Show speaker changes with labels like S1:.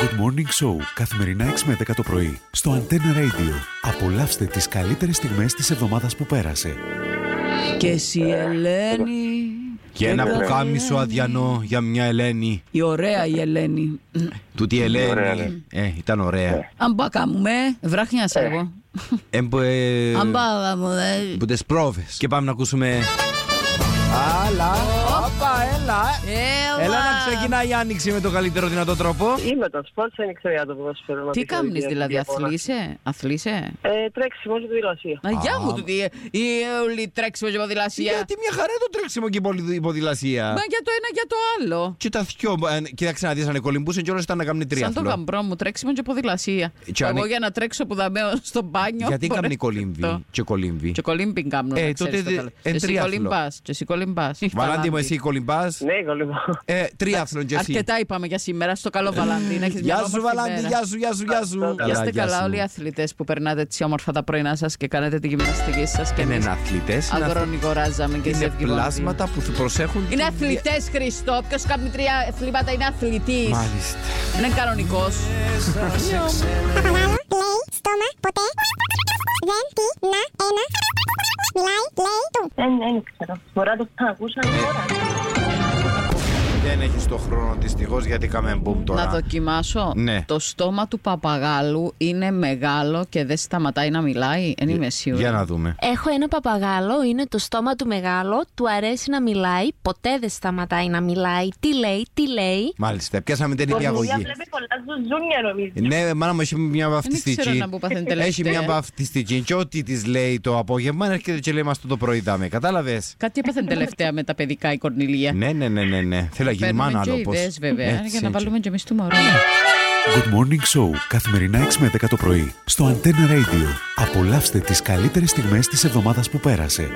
S1: Good Morning Show, καθημερινά 6 με 10 το πρωί, στο Antenna Radio. Απολαύστε τις καλύτερες στιγμές της εβδομάδας που πέρασε.
S2: Και εσύ Ελένη.
S3: Ε, Και ένα πουκάμισο αδιανό για μια Ελένη.
S2: Η ωραία η Ελένη.
S3: Τούτη η Ελένη. Ε, ήταν ωραία.
S2: Αν πά κάμουμε, βράχνια σε εγώ.
S3: Έμπο.
S2: Αν πά μου, δε.
S3: ε, που τις πρόβες. Και πάμε να ακούσουμε. Άλλα. Όπα, έλα. ε. Έλα να ξεκινάει η άνοιξη με το καλύτερο δυνατό τρόπο.
S4: Είμαι το σπορτ, δεν ξέρω για το ποδοσφαίρο. να
S2: Τι
S4: πεις
S2: κάνει
S4: ότι
S2: δηλαδή,
S4: διαφωνώ.
S2: αθλείσαι, αθλείσαι.
S4: Ε, τρέξιμο στη Δηλασία.
S2: Να γεια μου τούτη ε, η όλη τρέξιμο και ποδηλασία.
S3: Γιατί μια χαρά το τρέξιμο και η πολυ- η ποδηλασία.
S2: Μα για το ένα για το άλλο.
S3: Και τα δυο, ε, κοίταξε να δεις αν κολυμπούσαν κιόλας ήταν να κάνουν
S2: Σαν το
S3: τριάθλο.
S2: γαμπρό μου, τρέξιμο και ποδηλασία.
S3: Ε, Και αν-
S2: Εγώ για να τρέξω που δαμέω στο μπάνιο.
S3: Γιατί
S2: μπορώ να
S3: κάνουν
S2: σκεφτώ.
S3: κολύμβι και κολύμβι.
S2: Και κολύμπιν κάμνο,
S3: Ε,
S2: να
S3: τότε
S2: ξέρεις το
S3: δε-
S2: καλό. Και
S3: εν
S2: εσύ
S3: τριάθλο.
S2: κολυμπάς, και εσύ κολυμπάς.
S3: Βαλάντι μου
S2: Βαλάντι.
S3: εσύ κολυμπάς.
S4: Ναι, κολλήμα.
S3: Ε, τρίαθλον και εσύ. Ε,
S2: Αρκετά είπαμε για σήμερα στο καλό Βαλάντι. να έχεις μια
S3: Γεια σου,
S2: όμορφη
S3: Βαλάντι,
S2: μέρα.
S3: γεια σου, γεια σου, γεια σου.
S4: Καλά,
S2: Είστε καλά όλοι οι αθλητές που περνάτε έτσι όμορφα τα πρωινά σας και κάνετε τη γυμναστική σας και
S3: Δεν
S2: εμεί.
S3: είναι αθλητέ.
S2: Αγρόνι κοράζαμε και σε
S3: Είναι πλάσματα που θ- προσέχουν.
S2: Είναι
S3: την-
S2: αθλητές, Χριστό. Ποιος κάνει τρία αθλήματα είναι αθλητής.
S3: Μάλιστα.
S2: Είναι κανονικός.
S5: Μαμά, λέει, στόμα, ποτέ, δεν τι, να, ένα, μιλάει, λέει, του.
S4: Δεν δεν ξέρω. Μπορώ να το ξανακούσα τώρα.
S3: Δεν έχει το χρόνο δυστυχώ γιατί κάμε μπουμ
S2: Να
S3: τώρα.
S2: δοκιμάσω.
S3: Ναι.
S2: Το στόμα του παπαγάλου είναι μεγάλο και δεν σταματάει να μιλάει. Δεν είμαι σίγουρη.
S3: Για να δούμε.
S6: Έχω ένα παπαγάλο, είναι το στόμα του μεγάλο, του αρέσει να μιλάει, ποτέ δεν σταματάει να μιλάει. Τι λέει, τι λέει.
S3: Μάλιστα, πιάσαμε την
S4: Μια
S3: υπηαγωγή.
S4: βλέπει πολλά ζουζούνια νομίζω.
S3: Ναι, μάνα μου έχει μια
S2: ξέρω
S3: βαφτιστική.
S2: να που παθαίνει
S3: Έχει
S2: τελευταία.
S3: μια βαφτιστική. Και ό,τι της λέει το απόγευμα, έρχεται και λέει μα το πρωί δάμε. Κατάλαβες.
S2: Κάτι έπαθε τελευταία με τα παιδικά η Κορνιλία.
S3: Ναι, ναι, ναι, ναι, ναι. Θέλω να γίνει
S2: Παίρνουμε
S3: μάνα
S2: και
S3: λόγο.
S2: ιδέε βέβαια για να βάλουμε και εμείς του μωρού.
S1: Good Morning Show, καθημερινά 6 με 10 το πρωί, στο Antenna Radio. Απολαύστε τις καλύτερες στιγμές της εβδομάδας που πέρασε.